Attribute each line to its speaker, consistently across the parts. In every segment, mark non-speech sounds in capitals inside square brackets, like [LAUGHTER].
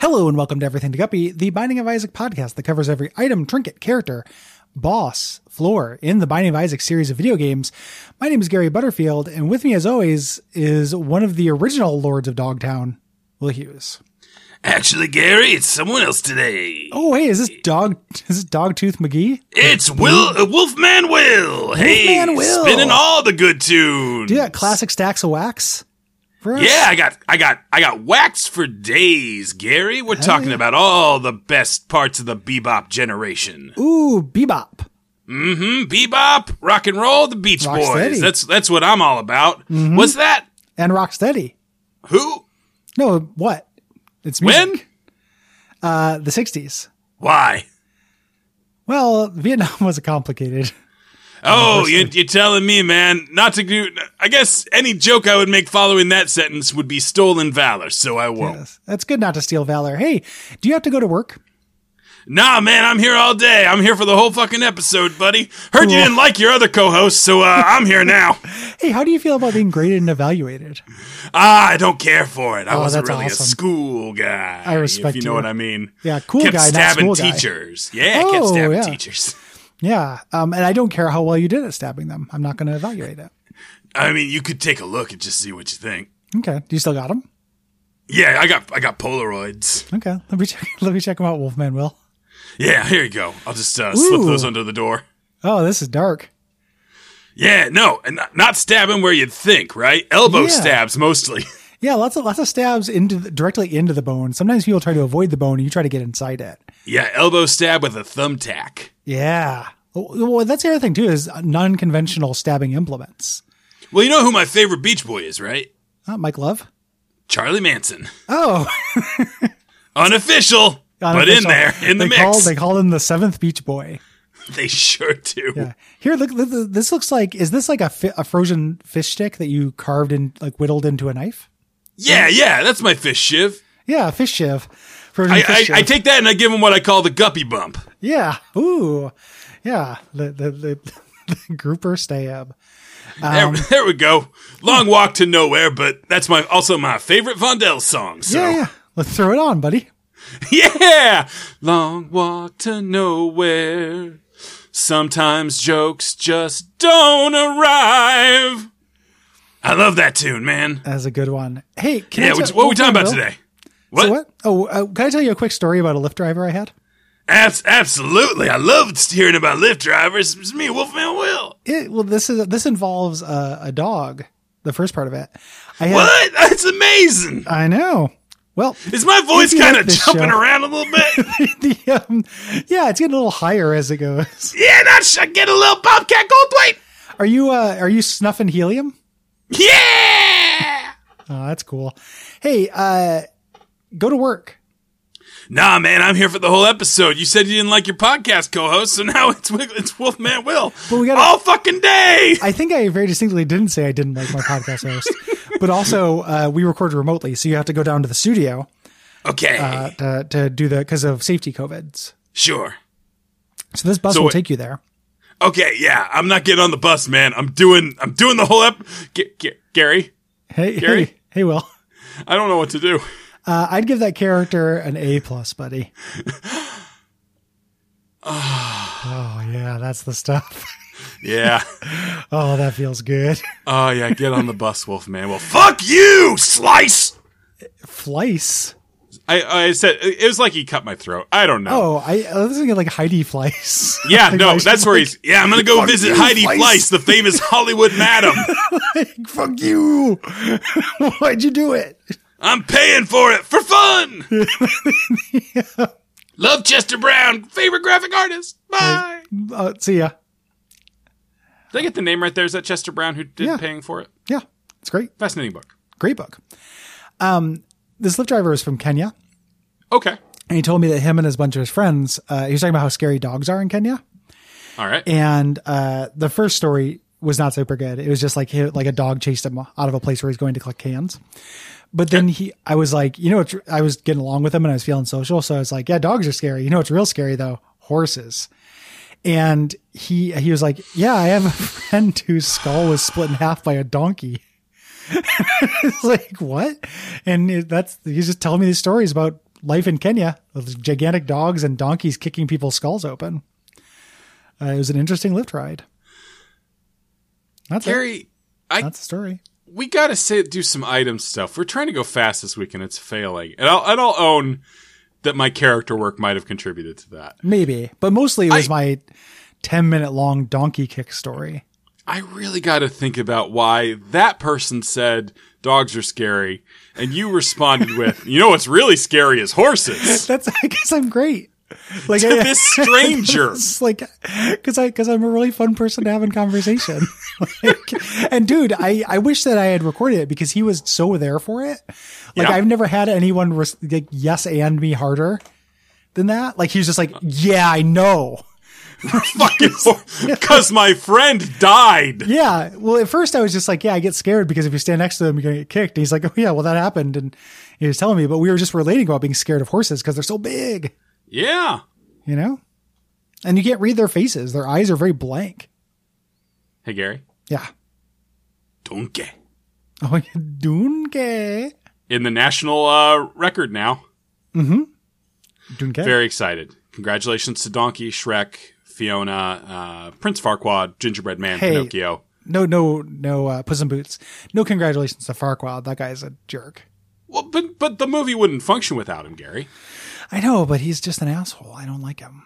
Speaker 1: Hello and welcome to Everything to Guppy, the Binding of Isaac podcast that covers every item, trinket, character, boss, floor in the Binding of Isaac series of video games. My name is Gary Butterfield, and with me, as always, is one of the original Lords of Dogtown, Will Hughes.
Speaker 2: Actually, Gary, it's someone else today.
Speaker 1: Oh, hey, is this Dog? Is this Dogtooth McGee?
Speaker 2: It's Will uh, Wolfman Will. Hey,
Speaker 1: Wolfman Will.
Speaker 2: spinning all the good tunes.
Speaker 1: Do you got classic stacks of wax? For us?
Speaker 2: Yeah, I got, I got, I got wax for days, Gary. We're talking about all the best parts of the bebop generation.
Speaker 1: Ooh, bebop.
Speaker 2: Mm-hmm. Bebop, rock and roll, the Beach
Speaker 1: Rock
Speaker 2: Boys.
Speaker 1: steady.
Speaker 2: That's that's what I'm all about.
Speaker 1: Mm-hmm.
Speaker 2: What's that?
Speaker 1: and Rocksteady.
Speaker 2: Who?
Speaker 1: No, what? It's music.
Speaker 2: When?
Speaker 1: Uh, the '60s.
Speaker 2: Why?
Speaker 1: Well, Vietnam [LAUGHS] was complicated.
Speaker 2: Oh, you, you're telling me, man, not to do. I guess any joke I would make following that sentence would be stolen valor, so I won't.
Speaker 1: Yes. That's good not to steal valor. Hey, do you have to go to work?
Speaker 2: Nah, man, I'm here all day. I'm here for the whole fucking episode, buddy. Heard you didn't like your other co-host, so uh, I'm
Speaker 1: [LAUGHS]
Speaker 2: here now.
Speaker 1: Hey, how do you feel about being graded and evaluated?
Speaker 2: Ah, I don't care for it. I wasn't
Speaker 1: Oh, that's
Speaker 2: really
Speaker 1: awesome.
Speaker 2: a school guy.
Speaker 1: I respect
Speaker 2: if you know
Speaker 1: you.
Speaker 2: what I mean.
Speaker 1: Yeah, cool
Speaker 2: kept
Speaker 1: guy, not school
Speaker 2: stabbing
Speaker 1: guy.
Speaker 2: teachers. Yeah, kept
Speaker 1: Oh,
Speaker 2: stabbing
Speaker 1: yeah.
Speaker 2: teachers.
Speaker 1: Yeah. Um, and I don't care how well you did at stabbing them. I'm not going to evaluate it.
Speaker 2: I mean, you could take a look and just see what you think.
Speaker 1: Okay. Do you still got them?
Speaker 2: Yeah, I got I got Polaroids.
Speaker 1: Okay. Let me check. [LAUGHS] Let me check them out, Wolfman. Will.
Speaker 2: Yeah, here you go. I'll just uh, slip
Speaker 1: Ooh.
Speaker 2: those under the door.
Speaker 1: Oh, this is dark.
Speaker 2: Yeah, no, and not- not stabbing where you'd think, right? Elbow
Speaker 1: Yeah.
Speaker 2: stabs mostly. [LAUGHS]
Speaker 1: Yeah, lots of lots of stabs into the, directly into the bone. Sometimes people try to avoid the bone, and you try to get inside it.
Speaker 2: yeah, elbow stab with a thumbtack.
Speaker 1: Yeah. Well, that's the other thing too is non-conventional stabbing implements.
Speaker 2: Well, you know who my favorite Beach Boy is, right?
Speaker 1: Uh, Mike Love.
Speaker 2: Charlie Manson.
Speaker 1: Oh, [LAUGHS]
Speaker 2: Unofficial, but in
Speaker 1: unofficial.
Speaker 2: there,
Speaker 1: [LAUGHS]
Speaker 2: in the
Speaker 1: they
Speaker 2: mix.
Speaker 1: Called, they called him the seventh Beach Boy.
Speaker 2: they sure do.
Speaker 1: Yeah. Here, look. th- th- This looks like. Is this like a, fi- a frozen fish stick that you carved and like whittled into a knife?
Speaker 2: Yeah, yeah, that's my fish shiv.
Speaker 1: Yeah, a fish shiv. Frozen
Speaker 2: I,
Speaker 1: fish
Speaker 2: I, I
Speaker 1: shiv.
Speaker 2: take that and I give him what I call the guppy bump.
Speaker 1: yeah. Ooh. Yeah. The the the, [LAUGHS] the grouper stab.
Speaker 2: There,
Speaker 1: Um,
Speaker 2: there we go. Long walk to nowhere, but that's my also my favorite Vondel song. So
Speaker 1: Yeah, yeah. Let's throw it on, buddy.
Speaker 2: [LAUGHS] Yeah! Long walk to nowhere. Sometimes jokes just don't arrive. I love that tune, man.
Speaker 1: That's a good one. Hey, can I
Speaker 2: Yeah,
Speaker 1: tell- oh,
Speaker 2: what, what are we talking about
Speaker 1: Will?
Speaker 2: today?
Speaker 1: So what? Oh, uh, can I tell you a quick story about a Lyft driver I had?
Speaker 2: Abs- absolutely. I loved hearing about Lyft drivers. It's me, Wolfman Will.
Speaker 1: It, well, this is this involves a, a dog. The first part of it. I had,
Speaker 2: What? That's amazing.
Speaker 1: I know. Well, [LAUGHS]
Speaker 2: Is my voice
Speaker 1: you like
Speaker 2: kind of
Speaker 1: this
Speaker 2: jumping
Speaker 1: show.
Speaker 2: around a little
Speaker 1: [LAUGHS]
Speaker 2: bit?
Speaker 1: the um, yeah, it's getting a little higher as it goes.
Speaker 2: yeah, that's, I get a little Bobcat Goldthwait.
Speaker 1: Are you uh, are you snuffing helium?
Speaker 2: Yeah!
Speaker 1: Oh, that's cool. Hey, uh, go to work.
Speaker 2: Nah, man, I'm here for the whole episode. You said you didn't like your podcast co-host, so now it's Wig- it's Wolfman Will
Speaker 1: But we gotta-
Speaker 2: all fucking day.
Speaker 1: I think I very distinctly didn't say I didn't like my podcast host, but also uh, we record remotely, so you have to go down to the studio
Speaker 2: Okay,
Speaker 1: uh, to, to do the because of safety covids.
Speaker 2: sure.
Speaker 1: So this bus
Speaker 2: So
Speaker 1: will
Speaker 2: it-
Speaker 1: take you there.
Speaker 2: Okay, yeah, I'm not getting on the bus, man. I'm doing I'm doing the whole ep. G- G- Gary,
Speaker 1: Hey,
Speaker 2: Gary?
Speaker 1: hey, hey, Will.
Speaker 2: I don't know what
Speaker 1: [LAUGHS]
Speaker 2: to do.
Speaker 1: Uh, I'd give that character an A plus,
Speaker 2: [SIGHS]
Speaker 1: buddy. oh yeah, that's the stuff. [LAUGHS]
Speaker 2: Yeah.
Speaker 1: Oh, that feels good. [LAUGHS]
Speaker 2: Oh yeah, get on the bus, Wolfman. Well, fuck you, Slice.
Speaker 1: Fleiss.
Speaker 2: I I said it was like he cut my throat. I don't know.
Speaker 1: Oh, I, I was thinking like Heidi Fleiss. [LAUGHS]
Speaker 2: Yeah,
Speaker 1: Like,
Speaker 2: no,
Speaker 1: like,
Speaker 2: that's where
Speaker 1: [LAUGHS]
Speaker 2: he's. Yeah, I'm gonna go visit
Speaker 1: you,
Speaker 2: Heidi
Speaker 1: Fleiss.
Speaker 2: Fleiss, the famous Hollywood madam.
Speaker 1: Fuck you! [LAUGHS] Why'd you do it?
Speaker 2: I'm paying for it for fun.
Speaker 1: [LAUGHS]
Speaker 2: Love Chester Brown, favorite graphic artist. Bye.
Speaker 1: Uh, see ya.
Speaker 2: Did I get the name right there? Is that Chester Brown who did
Speaker 1: Yeah.
Speaker 2: paying for it?
Speaker 1: Yeah, it's great.
Speaker 2: Fascinating book.
Speaker 1: Great book. Um, this Lyft driver is from Kenya,
Speaker 2: Okay.
Speaker 1: and he told me that him and his bunch of his friends, uh, he was talking about how scary dogs are in Kenya.
Speaker 2: All right.
Speaker 1: And uh, the first story was not super good. It was just like he, like a dog chased him out of a place where he's going to collect cans. But then he, I was like, you know, what, I was getting along with him and I was feeling social, so I was like, yeah, dogs are scary. You know, what's real scary though, horses. And he he was like, yeah, I have a [LAUGHS] friend whose skull was split in half by a donkey. [LAUGHS] It's like what? And it, that's he's just telling me these stories about life in Kenya with gigantic dogs and donkeys kicking people's skulls open. Uh, it was an interesting lift ride. That's it.
Speaker 2: Gary, I
Speaker 1: That's the story.
Speaker 2: we gotta say, do some item stuff. We're trying to go fast this week, and it's failing. And I'll, and I'll own that my character work might have contributed to that.
Speaker 1: Maybe, but mostly it was
Speaker 2: I-
Speaker 1: my 10 minute long donkey kick story.
Speaker 2: I really gotta think about why that person said dogs are scary, and you responded with, [LAUGHS] "You know what's really scary is
Speaker 1: [LAUGHS]
Speaker 2: horses."
Speaker 1: That's, I guess I'm great. Like, I,
Speaker 2: This stranger.
Speaker 1: It's like because i because i'm a really fun person to have in conversation [LAUGHS] like, and dude i i wish that i had recorded it because he was so there for it like
Speaker 2: Yeah.
Speaker 1: i've never had anyone res- like yes and me harder than that like he was just like yeah i know
Speaker 2: Because my friend died.
Speaker 1: yeah well at first i was just like yeah i get scared because if you stand next to them you're gonna get kicked and he's like oh yeah well that happened and he was telling me but we were just relating about being scared of horses because they're so big
Speaker 2: Yeah.
Speaker 1: you know and you can't read their faces their eyes are very blank
Speaker 2: Hey Gary,
Speaker 1: yeah [LAUGHS]
Speaker 2: donkey
Speaker 1: oh yeah dunke
Speaker 2: in the national uh, record now.
Speaker 1: Dunque.
Speaker 2: Very excited. Congratulations to Donkey, Shrek, Fiona, uh, Prince Farquaad, Gingerbread Man,
Speaker 1: Hey.
Speaker 2: Pinocchio.
Speaker 1: no, no, no, uh, Puss in Boots. No congratulations to Farquaad. That guy's a jerk.
Speaker 2: Well, but but the movie wouldn't function without him, Gary.
Speaker 1: I know, but he's just an asshole. I don't like him.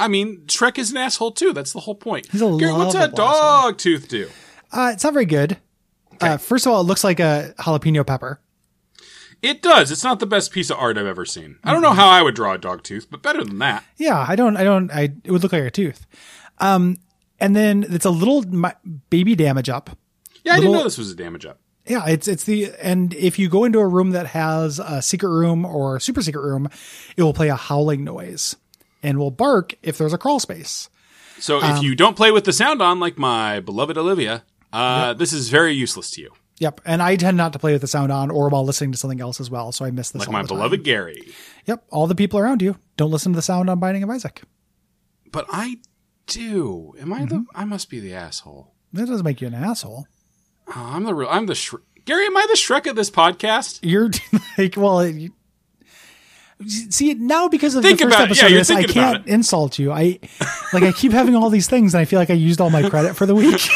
Speaker 2: I mean, Shrek is an asshole too. That's the whole point.
Speaker 1: He's a
Speaker 2: Gary, what's that
Speaker 1: lovable
Speaker 2: dog tooth do?
Speaker 1: Uh, it's not very good. Uh, first of all, it looks like a jalapeno pepper.
Speaker 2: It does. It's not the best piece of art I've ever seen. I don't
Speaker 1: Mm-hmm.
Speaker 2: know how I would draw a dog tooth, but better than that.
Speaker 1: Yeah, I don't, I don't, I, it would look like a tooth. Um, and then it's a little mi- baby damage up.
Speaker 2: Yeah, I didn't
Speaker 1: Little-
Speaker 2: know this was a damage up.
Speaker 1: Yeah, it's, it's the, and if you go into a room that has a secret room or super secret room, it will play a howling noise and will bark if there's a crawl space.
Speaker 2: So
Speaker 1: Um,
Speaker 2: if you don't play with the sound on, like my beloved Olivia, uh, this is very useless to you.
Speaker 1: Yep. And I tend not to play with the sound on or while listening to something else as well. So I miss this.
Speaker 2: Like
Speaker 1: all
Speaker 2: my
Speaker 1: the time.
Speaker 2: beloved Gary.
Speaker 1: Yep. All the people around you don't listen to the sound on Binding of Isaac.
Speaker 2: But I do. Am I the?
Speaker 1: Mm-hmm.
Speaker 2: I must be the asshole.
Speaker 1: That doesn't make you an asshole.
Speaker 2: Oh, I'm the real. I'm the Shre- Gary. Am I the Shrek of this podcast? [LAUGHS]
Speaker 1: You're [LAUGHS] like, well, you, see now because of
Speaker 2: Think
Speaker 1: the first
Speaker 2: about it.
Speaker 1: episode
Speaker 2: Yeah,
Speaker 1: of
Speaker 2: you're
Speaker 1: this, I
Speaker 2: thinking about
Speaker 1: can't insult you. I like I keep having all these things, and I feel like I used all my credit for the week.
Speaker 2: [LAUGHS]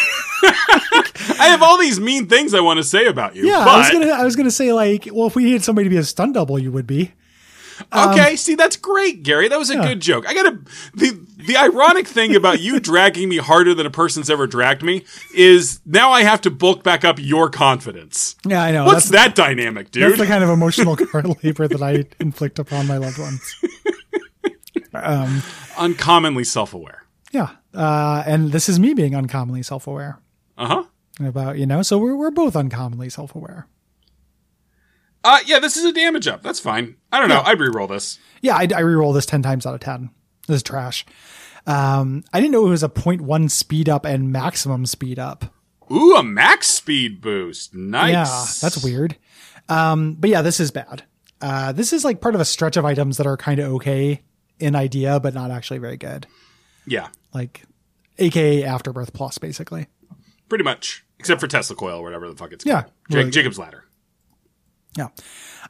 Speaker 2: I have all these mean things I want to say about you.
Speaker 1: yeah,
Speaker 2: but,
Speaker 1: I was gonna, I was gonna say like, well, if we needed somebody to be a stunt double, you would be. um,
Speaker 2: Okay, see that's great, Gary. That was a good joke. I gotta the the ironic thing about you [LAUGHS] dragging me harder than a person's ever dragged me is now I have to bulk back up your confidence.
Speaker 1: Yeah, I know.
Speaker 2: What's
Speaker 1: that's,
Speaker 2: that dynamic, dude?
Speaker 1: that's the kind of emotional [LAUGHS] labor that I inflict upon my loved ones.
Speaker 2: [LAUGHS] Uncommonly self aware.
Speaker 1: Yeah, uh, and this is me being uncommonly self-aware
Speaker 2: Uh huh.
Speaker 1: about you know. So we're we're both uncommonly self-aware.
Speaker 2: Uh yeah, this is a damage up. That's fine. I don't know. I'd re-roll this.
Speaker 1: Yeah, I, I reroll this 10 times out of 10. This is trash. Um, I didn't know it was a 0.1 speed up and maximum speed up.
Speaker 2: Ooh, a max speed boost. Nice.
Speaker 1: Yeah, that's weird. Um, but yeah, this is bad. Uh, this is like part of a stretch of items that are kind of okay in idea, but not actually very good.
Speaker 2: Yeah,
Speaker 1: Like, aka Afterbirth Plus, basically.
Speaker 2: pretty much. Except for Tesla coil or whatever the fuck it's
Speaker 1: Yeah,
Speaker 2: called. Ja-
Speaker 1: really good.
Speaker 2: Jacob's ladder.
Speaker 1: Yeah.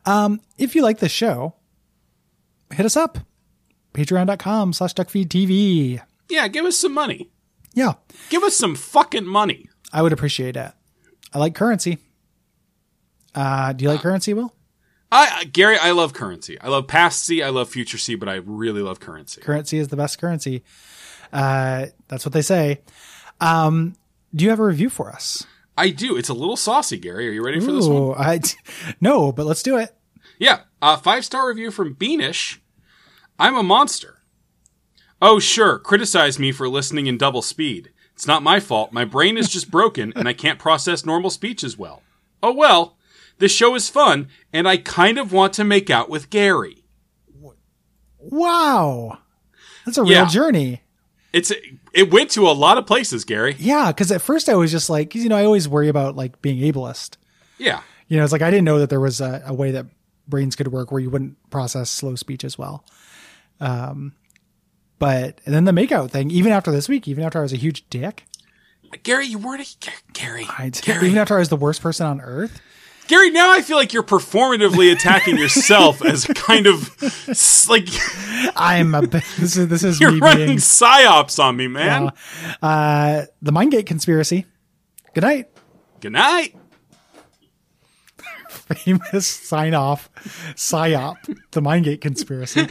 Speaker 1: Um, if you like this show, hit us up. Patreon.com slash duckfeedtv.
Speaker 2: Yeah, give us some money.
Speaker 1: Yeah,
Speaker 2: Give us some fucking money.
Speaker 1: I would appreciate it. I like currency. Uh, do you like currency, Will?
Speaker 2: I, I- Gary, I love currency. I love past C, I love future C, but I really love currency.
Speaker 1: currency is the best currency. Uh, that's what they say. Um, do you have a review for us?
Speaker 2: I do. It's a little saucy, Gary. Are you ready for this one?
Speaker 1: Ooh, I, [LAUGHS] no, but let's do it.
Speaker 2: Yeah. Uh, five star review from Beanish. I'm a monster. Oh, sure. Criticize me for listening in double speed. It's not my fault. My brain is just broken and I can't process normal speech as well. Oh, well. This show is fun and I kind of want to make out with Gary.
Speaker 1: Wow. That's a real
Speaker 2: Yeah.
Speaker 1: journey.
Speaker 2: It's it went to a lot of places, Gary.
Speaker 1: Yeah. Cause at first I was just like, 'cause, you know, I always worry about like being ableist.
Speaker 2: Yeah.
Speaker 1: You know, it's like I didn't know that there was a, a way that brains could work where you wouldn't process slow speech as well. Um, but and then the makeout thing, even after this week, even after I was a huge dick,
Speaker 2: Gary, you weren't a Gary.
Speaker 1: I,
Speaker 2: Gary.
Speaker 1: even after I was the worst person on earth,
Speaker 2: Gary, now I feel like you're performatively attacking yourself as a kind of s- like [LAUGHS]
Speaker 1: I'm a. [LAUGHS] This is this is
Speaker 2: you're
Speaker 1: me
Speaker 2: running
Speaker 1: being
Speaker 2: psyops on me, man.
Speaker 1: uh, uh, the Mindgate conspiracy. Good night. [LAUGHS]
Speaker 2: Good night.
Speaker 1: Famous sign off psyop. The Mindgate conspiracy.